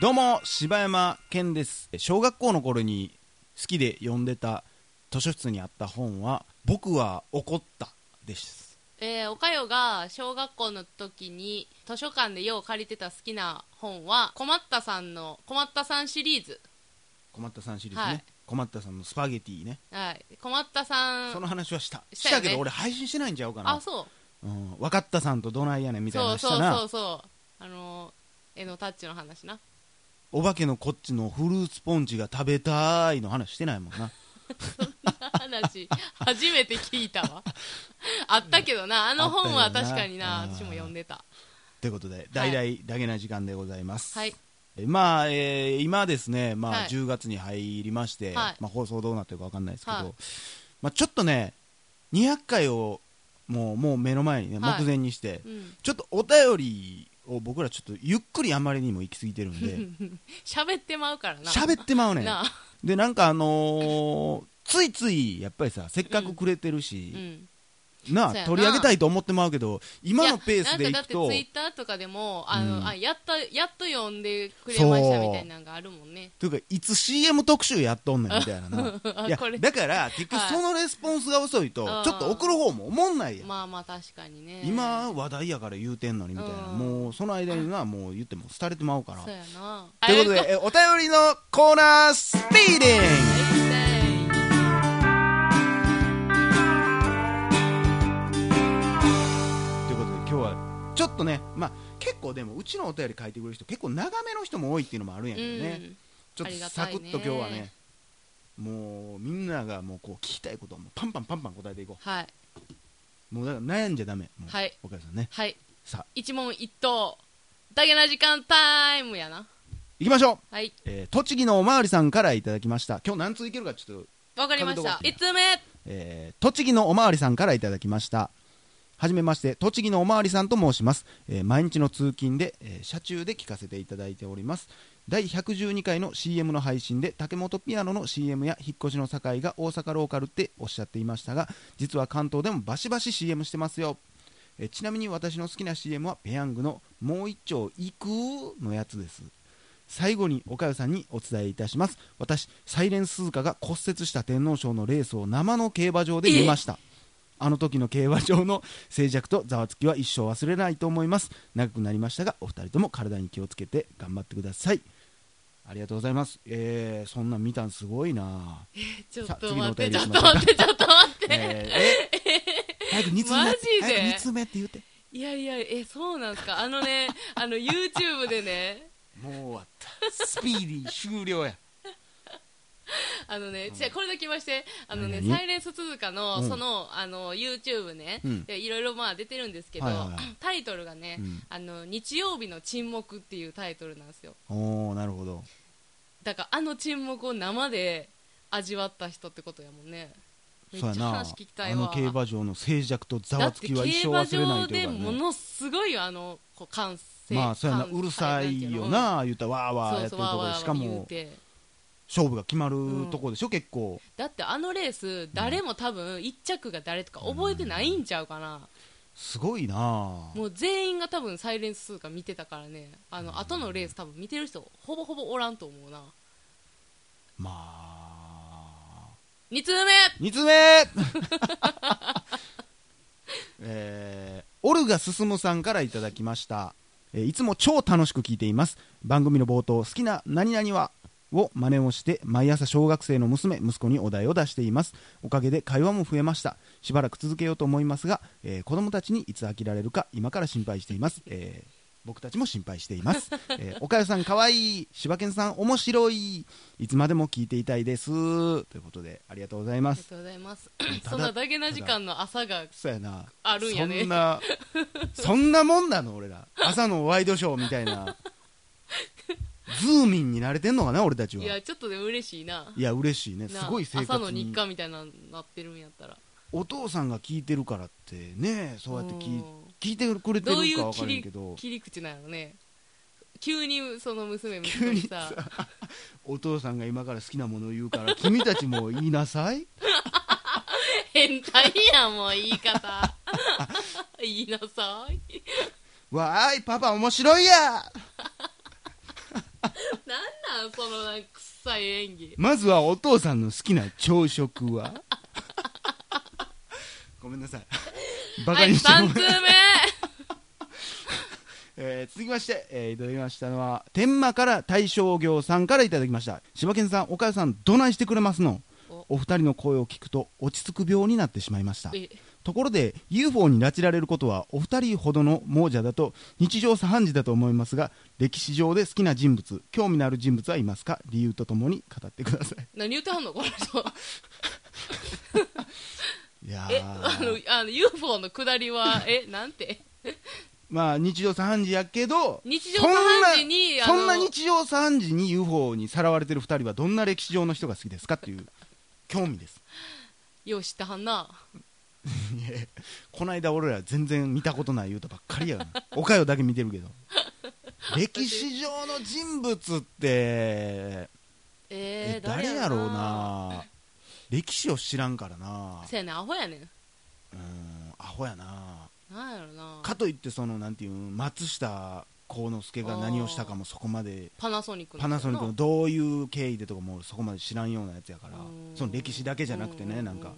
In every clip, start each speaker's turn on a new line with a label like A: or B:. A: どうも柴山健です小学校の頃に好きで読んでた図書室にあった本は「僕は怒った」です
B: えー、おかよが小学校の時に図書館でよう借りてた好きな本は困ったさんの困ったさんシリーズ、
A: 困ったさんシリーズね、
B: はい
A: 困ったさんのスパゲティね、
B: はい、困ったさ
A: そ
B: ん
A: の話はした
B: したよね
A: けど俺配信してないんちゃうかな
B: あそう
A: うん、分かったさんとどないやねんみたいな
B: そう
A: のした
B: そう
A: な
B: そうそうあのー絵のタッチの話な
A: お化けのこっちのフルーツポンチが食べたいの話してないもんな
B: 話初めて聞いたわあったけどなあの本
A: あ
B: は
A: ったよな
B: 確かにな
A: うん
B: 私も読んでた
A: ということで大々だけな時間でございます、
B: はい
A: えまあ、えー今ですね、まあ
B: はい
A: 10月に入りまして、
B: はい
A: まあ、放送どうなってるか分かんないですけど、
B: はい
A: まあ、ちょっとね200回をもうもう目の前にね
B: はい
A: 目前にして、
B: うん
A: ちょっとお便りを僕らちょっとゆっくりあまりにも行き過ぎてるんで
B: 喋ってまうから な
A: 喋ってまうねん
B: なあ
A: でなんかあのーついついやっぱりさせっかくくれてる
B: う
A: し、
B: ん
A: なあ
B: そうやな
A: 取り上げたいと思ってまうけど今のペースで
B: い
A: い
B: やなん
A: く
B: かだっ
A: と
B: てツイッターとかでもあの、
A: うん
B: あやっとやっと読んでくれましたみたいなのがあるもんね
A: というかいつ CM 特集やっとんねんみたいな な
B: あ
A: いや
B: これ
A: だから結局そのレスポンスが遅いと、
B: はい
A: ちょっと送る方も思んないやん、
B: まあまあ確かにね
A: 今話題やから言うてんのにみたいな、
B: うん
A: もうその間になもう言っても廃れてまうから
B: そうやな
A: ということでえお便りのコーナースピーディングということで今日はちょっとねまあ結構でもうちのお便り書いてくれる人結構長めの人も多いっていうのもあるんやけどね、
B: うん
A: ちょっ
B: あ
A: と
B: りが
A: サ
B: たい
A: ク
B: ね
A: ッと今日はねもうみんながもうこう聞きたいことをもうパンパンパンパン答えていこ
B: はいう
A: もうだから悩んじゃダメもう
B: はい
A: お母さんね
B: はい
A: さあ
B: 一問一答だけな時間タイムやな
A: 行きましょう
B: はい
A: えー栃木のおまわりさんからいただきました今日何通いけるかちょっと、
B: わかりまし
A: 神
B: た
A: 戸
B: 一通目
A: えー栃木のおまわりさんからいただきましたはじめまして栃木のおまわりさんと申します、えー毎日の通勤で、えー車中で聞かせていただいております第112回の CM の配信で竹本ピアノの CM や引っ越しの境が大阪ローカルっておっしゃっていましたが実は関東でもバシバシ CM してますよえーちなみに私の好きな CM はペヤングの「もう一丁行く?」のやつです最後におかよさんにお伝えいたします私サイレンスズカが骨折した天皇賞のレースを生の競馬場で見ましたあの時の競馬場の 静寂とざわつきは一生忘れないと思います長くなりましたがお二人とも体に気をつけて頑張ってくださいありがとうございますえー、そんなん見たんすごい な、
B: ちょ
A: さ
B: っ
A: あ次の
B: と待
A: お便
B: っ
A: りい
B: てちょ
A: き
B: っ
A: ましょ
B: と
A: うか
B: 待ってちょっと待って、
A: えー、え早く2つ目
B: マジで
A: 早く2つ目って言って
B: いやいやえそうなんすかあのねあの YouTube でね
A: もう終わったスピーディー終了や
B: あのね、じゃあこれだけ言わして、あのね、
A: 何々
B: サイレンス鈴鹿
A: う
B: の、
A: ん
B: その、あの、YouTube ね
A: うん、
B: でいろいろまあ出てるんですけど
A: はいはいはい、
B: タイトルがね
A: うん、
B: あの、日曜日の沈黙っていうタイトルなんですよ。
A: おおなるほど
B: だから、あの沈黙を生で味わった人ってことやもんね。めっち
A: そう
B: ゃ
A: やな
B: 話聞きたい
A: あの
B: わ。
A: 競馬場の静寂とざ
B: だ
A: わ
B: っ
A: つ
B: て
A: き
B: 競
A: は一生
B: 馬
A: 忘れない
B: 場
A: とい
B: で
A: うから
B: も
A: ね
B: のすごい、あの、こう、歓声。
A: まあそうやな
B: 歓声
A: うるさいよ。な言うたらわーわー
B: そ
A: や
B: う
A: って
B: そ
A: ると
B: う、わー
A: こ
B: わ
A: で
B: ー
A: しか
B: 言う
A: も
B: て
A: 勝負が決まるとこでしょ結構
B: だってあのレース誰も多分1着が誰とか覚えてないんちゃうかな、
A: すごいな
B: もう全員が多分サイレンス通貨見てたからねあの後のレース多分見てる人ほぼほぼおらんと思うな
A: まあ
B: 2通目
A: 2つ目 えーオルガ進さんからいただきました、えーいつも超楽しく聞いています番組の冒頭好きな何々はを真似をして毎朝小学生の娘息子にお題を出していますおかげで会話も増えましたしばらく続けようと思いますが、えー子供たちにいつ飽きられるか今から心配しています、えー僕たちも心配しています、 えー、おかよさんかわいい柴犬さん面白いいつまでも聞いていたいですということでありがとうござい
B: あ
A: ま
B: り
A: す
B: がとうございます
A: ただ
B: そんなだけな時間の朝が
A: そうやな
B: あるんやね
A: そんなそんなもんなの俺 ら朝のワイドショーみたいなズーミンに慣れてんのかな俺たちはいい
B: やちょっとでも嬉しいな
A: や嬉しいねす
B: な
A: ごい生活に
B: 朝の日課みたいなのなってるんやったら
A: お父さんが聞いてるからってねそうやって聞い
B: うん
A: 聞いてくれてる
B: どうい
A: か分
B: う
A: か
B: 切
A: らん
B: り
A: けど
B: 切り口なのね急にその娘
A: 急
B: 娘
A: に
B: にさ
A: さお父さんが今から好きなものを言うから君たちも言いなさい
B: 変態やんもう言い方 言いなさい
A: わーいパパ面白いや
B: なんそのなんか臭い演技
A: まずはお父さんの好きな朝食 はごめんなさいバカにして
B: はい
A: も
B: 3通目
A: えー続きまして、えーいただきましたのは天満から大正行さんからいただきました柴犬さん岡谷さんどないしてくれますの
B: お
A: お二人の声を聞くと落ち着く病になってしまいました
B: え
A: ところで UFO に拉致られることはお二人ほどの亡者だと日常茶飯事だと思いますが歴史上で好きな人物興味のある人物はいますか理由とともに語ってくださ
B: 何言ってはんのこの人
A: いいや
B: えあの
A: ー
B: あの UFO の下りはえなんて
A: まあ日常茶飯事やけど
B: 日常茶飯事に
A: そんな
B: あ
A: そん
B: の
A: な日常茶飯事に UFO にさらわれてる二人はどんな歴史上の人が好きですかっていう興味です
B: よう知ってはんない
A: やこないだ俺ら全然見たことない言うたばっかりや なおかよだけ見てるけど歴史上の人物って
B: え
A: え
B: ー、
A: 誰やろうな歴史を知らんからな
B: せやねんアホやねん
A: うんアホやな
B: なんやろな
A: かといってそのなんていうん松下幸之助が何をしたかもそこまで
B: パナソニックの
A: パナソニックの
B: や
A: どういう経緯でとかもそこまで知らんようなやつやから
B: なうん
A: その歴史だけじゃなくて
B: う
A: ね
B: う
A: なんか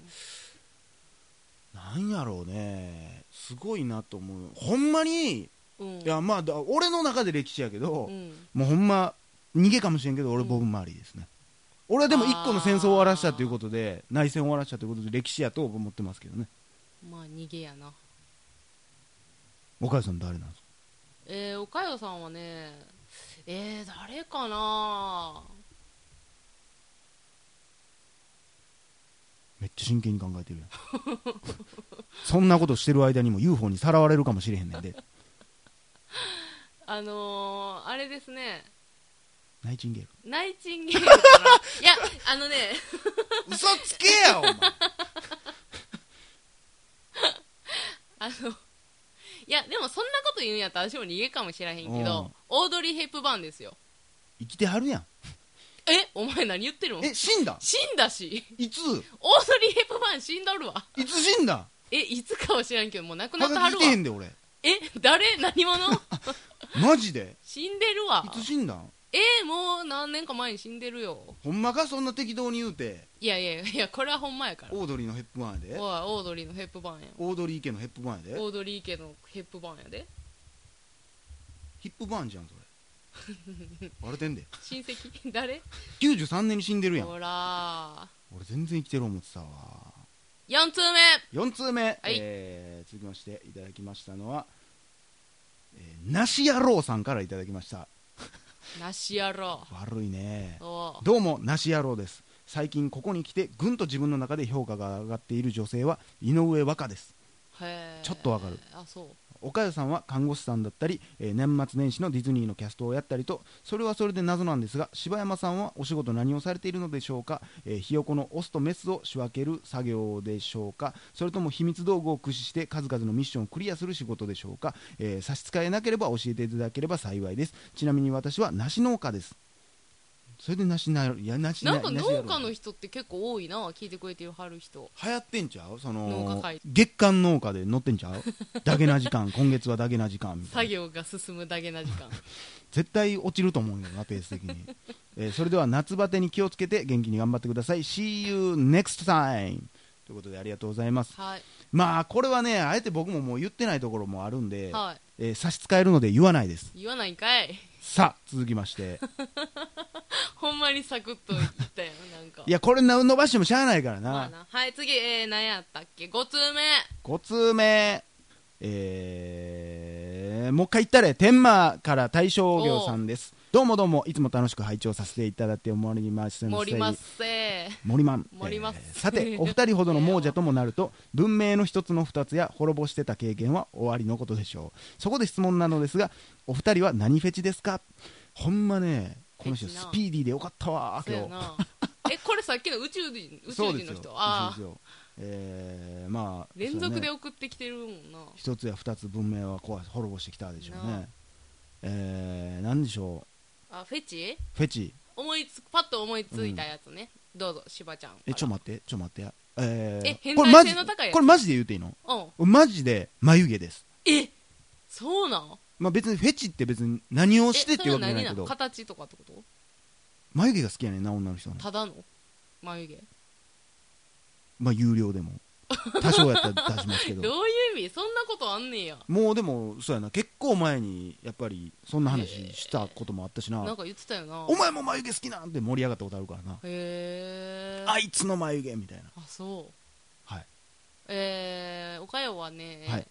A: なんやろうねすごいなと思うほんまに
B: うん
A: いやまあだ俺の中で歴史やけど、
B: うん
A: もうほんま逃げかもしれんけど俺
B: うん
A: ボブ・マーリーですね、俺はでも一個の戦争を終わらしたということで内戦を終わらしたということで歴史やと思ってますけどね
B: まあ逃げやな
A: 岡井さん誰なんですか
B: えー、おかよさんはねえー、誰かな
A: めっちゃ真剣に考え てるやんそんなことしてる間にも UFO にさらわれるかもしれへんねんで
B: あのー、あれですね
A: ナイチンゲール
B: ナイチンゲールかないやあのね
A: 嘘つけやお前
B: あのいやでもそんなこと言うんやったら私も逃げかもしらへんけ
A: う
B: ど
A: ん
B: オードリー・ヘップバーンですよ
A: 生きてはるやん
B: えお前何言ってるの
A: え死んだ
B: 死んだし
A: いつ
B: オードリー・ヘップバーン死んだるわ
A: いつ死んだ
B: えいつかは知らんけどもう亡くな
A: は
B: っては
A: がき
B: る
A: 来
B: わ
A: てへんで俺
B: え誰 何者
A: マジで
B: 死んでるわ
A: いつ死んだん
B: えー、もう何年か前に死んでるよ
A: ほんまかそんな適当に言うて
B: いやいやいやこれはほんまやからおい
A: オードリーのヘップバーンやで
B: オードリーのヘップバーンや
A: オードリー家のヘップバーンやで
B: オードリー家のヘップバーンやで
A: ヒップバーンじゃんそれバレて んで
B: 親戚誰
A: 93年に死んでるやん
B: ほら
A: 俺全然生きてる思ってたわ
B: 4通目
A: 4通目、
B: い
A: えー続きましていただきましたのは、えー、なし野郎さんからいただきました
B: なし野郎
A: 悪いね
B: おう
A: どうもなし野郎です最近ここに来てぐんと自分の中で評価が上がっている女性は井上和香です
B: へえ
A: ちょっとわかる
B: あそう
A: 岡谷さんは看護師さんだったり、えー年末年始のディズニーのキャストをやったりとそれはそれで謎なんですが柴山さんはお仕事何をされているのでしょうか、えーひよこのオスとメスを仕分ける作業でしょうかそれとも秘密道具を駆使して数々のミッションをクリアする仕事でしょうか、えー差し支えなければ教えていただければ幸いですちなみに私は梨農家ですそれで梨なるいや梨
B: なんか農家
A: 梨や
B: の
A: ろ
B: 人って結構多いな聞いてくれてはる人
A: 流行ってんちゃうそ
B: 農家
A: の
B: 会
A: 月間農家で乗ってん ちゃうだけな時間今月はだけな時間みたいな
B: 作業が進むだけな時 間
A: 絶対落ちると思うよなペース的に、えーそれでは夏バテに気をつけて元気に頑張ってください See you next time ということでありがとうございます
B: はい
A: まあこれはねあえて僕ももう言ってないところもあるんで、
B: は
A: えー差し支えるので言わないです
B: い言わないんかい
A: さあ続きまして
B: ほんまにサクッと言ったよなんか
A: いやこれな伸ばしてもしゃあないからな,、
B: まあなはい次えー、何やったっけ5通目
A: 5通目えー、もう一回言ったれ天満から大正業さんですどうもどうもいつも楽しく拝聴させていただいております
B: 盛りますせー
A: 森マン
B: 森マン
A: えーさ てお二人ほどの亡者ともなると文明の一つの二つや滅ぼしてた経験は終わりのことでしょうそこで質問なのですがお二人は何フェチですかほんまねこの人
B: フェチ
A: ス
B: な
A: ピーディーでよかったわ
B: そう
A: 今
B: や
A: 日
B: なえこれさっきの宇宙人宇
A: そう
B: 宙
A: で
B: 人
A: すよ
B: の人あ
A: そうです
B: あ
A: よえーまあ
B: 連続で
A: そうね
B: 送ってきてるもんな
A: 一つや二つ文明は壊す滅ぼしてきたでしょう
B: な
A: ね
B: あ
A: えー、何でしょ
B: あフェチ
A: うフェチ
B: 思いつパッと思いついたやつね、どうぞしばちゃんから
A: えちょ待ってちょ待ってやえー
B: え変
A: これマジ
B: 態性の高いやつ
A: これマジで言うていいの
B: うん
A: マジで眉毛です
B: えそうなん
A: まあ別にフェチって別に何を
B: え
A: してっていうわけじゃないけ
B: それは何な
A: ど
B: の形とかってこと
A: 眉毛が好きやねんな女の人はね
B: ただの眉毛
A: まあ有料で も多少やったら出しますけ
B: ど
A: ど
B: ういう意味そんなことあんねんや
A: もうでもそうやな結構前にやっぱりそんな話したこともあったしな、
B: なんか言ってたよな
A: お前も眉毛好きなんて盛り上がったことあるからな
B: へえ
A: あいつの眉毛みたいな
B: あそう
A: はい
B: えー、おかよはね、
A: はい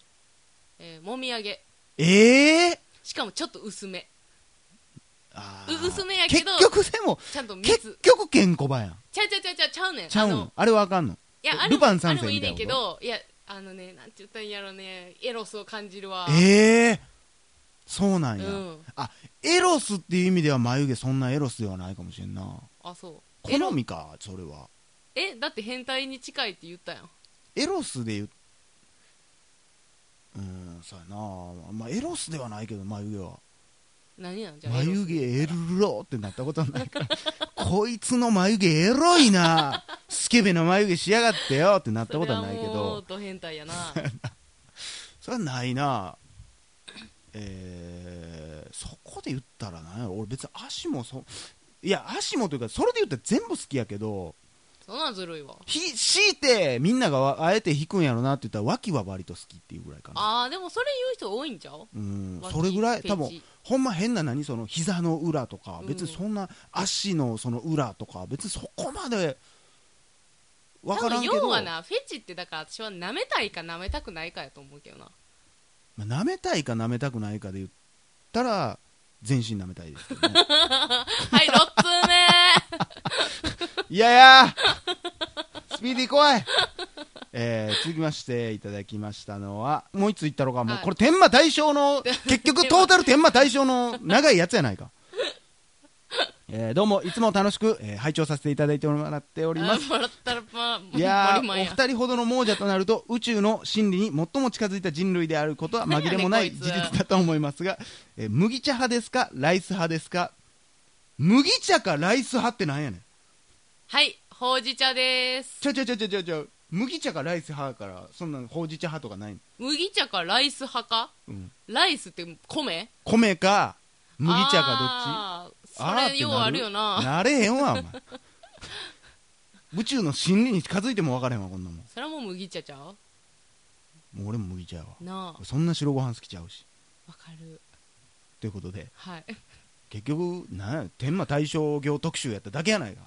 B: えーもみあげ
A: ええ
B: しかもちょっと薄め
A: あ
B: う
A: ー
B: 薄めやけど
A: 結局でも
B: ちゃんと蜜
A: 結局ケンコバやん
B: ちゃうちゃうちゃうちゃうちゃうねん
A: ちゃうん
B: あの
A: あれはあかんの
B: いやあれ
A: ル
B: も
A: パン
B: あ
A: 三
B: れ
A: 世
B: もいい
A: みた
B: ね
A: い
B: ん
A: な
B: け
A: こ
B: どいやあのねなんて言ったらいいんやろねエロスを感じるわ
A: とええそうな
B: うん
A: や、
B: ん
A: エロスっていう意味では眉毛そんなエロスではないかもしれんな
B: あそうエ
A: 好
B: ロ
A: みかそれは
B: えだって変態に近いって言ったやん
A: エロスで言ううーんそうやなまあエロスではないけど眉毛は
B: 何なんじゃあ
A: 眉毛エロってなったことはないからこいつの眉毛エロいなスケベな眉毛しやがってよってなったことはないけ
B: それはもう
A: ど
B: ド変態やな
A: それはないなえー、そこで言ったらなんやろ俺別に足もそいや足もというかそれで言ったら全部好きやけど
B: そんなんずるいわ
A: ひ強いてみんながわあえて引くんやろなって言ったら脇は割と好きっていうぐらいかな
B: あーでもそれ言う人多いんちゃう
A: うん
B: 脇
A: それぐらい多分
B: ペチ
A: ほんま変な何その膝の裏とか
B: うん
A: 別にそんな足のその裏とか別にそこまで分からんけ
B: 多分要
A: ど
B: はなフェチってだから私は舐めたいか舐めたくないかやと思うけどな
A: まあ舐めたいか舐めたくないかで言ったら全身舐めたいですけどね
B: はい6通目
A: いやいやスピーディー来いえー続きましていただきましたのはもう一ついったろかもう
B: はい
A: これ天馬対象の結 局トータル天馬対象の長いやつやないかえーどうもいつも楽しく、えー拝聴させていただいてもらっております
B: あ もらったらまあも
A: い
B: り
A: や
B: ま
A: ー
B: ん
A: お
B: や
A: 二人ほどの亡者となると宇宙の真理に最も近づいた人類であることは紛れもない
B: 何やね
A: 事
B: んこいつ
A: 実だと思いますが、えー麦茶派ですかライス派ですか麦茶かライス派ってなんやねん
B: はいほうじ茶です
A: ちゃうちゃうちゃうちゃうちゃうちゃう麦茶かライス派からそんなほうじ茶派とかないの、
B: 麦茶かライス派か
A: うん
B: ライスって米
A: 米か麦茶かど
B: どっち
A: っち
B: それようあるよな
A: なれへんわお前宇宙の真理に近づいても分からへんわこんなもん
B: それはもう麦茶ちゃう
A: もう俺も麦茶やわ
B: なあ
A: そんな白ご飯好きちゃうし
B: わかる
A: ということで
B: はい
A: 結局なんや天満大正業特集やっただけやないか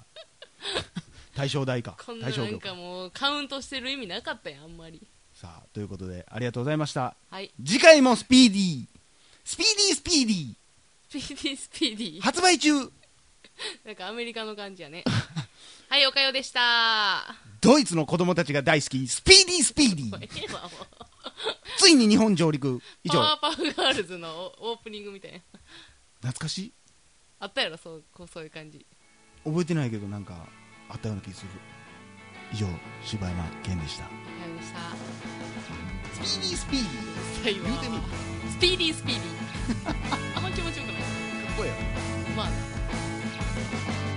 A: 大正大か
B: こんな
A: 大正
B: なん
A: 業
B: か
A: か
B: もうカウントしてる意味なかったやんあんまり
A: さあということでありがとうございました
B: はい
A: 次回もスピーディースピーディースピーディ
B: スピーディースピーディ
A: ー
B: ー
A: 発売中
B: なんかアメリカの感じやね はいおかよでしたー
A: ドイツの子供たちが大好きスピーディースピーディ
B: もう
A: ー
B: ええわもう
A: ついに日本上陸以
B: パ
A: 上
B: ワーパフガールズのオープニングみたいな
A: 懐かしい
B: あったやろそうこうそういう感じ
A: 覚えてないけどなんかあったような気する以上柴山健でした
B: おかよでした
A: スピーディースピーデ
B: 最
A: ィー
B: 後
A: 言うてみ
B: は
A: るか
B: スピーディースピーディーあんま気持ちよくない
A: っこええやろ
B: まあ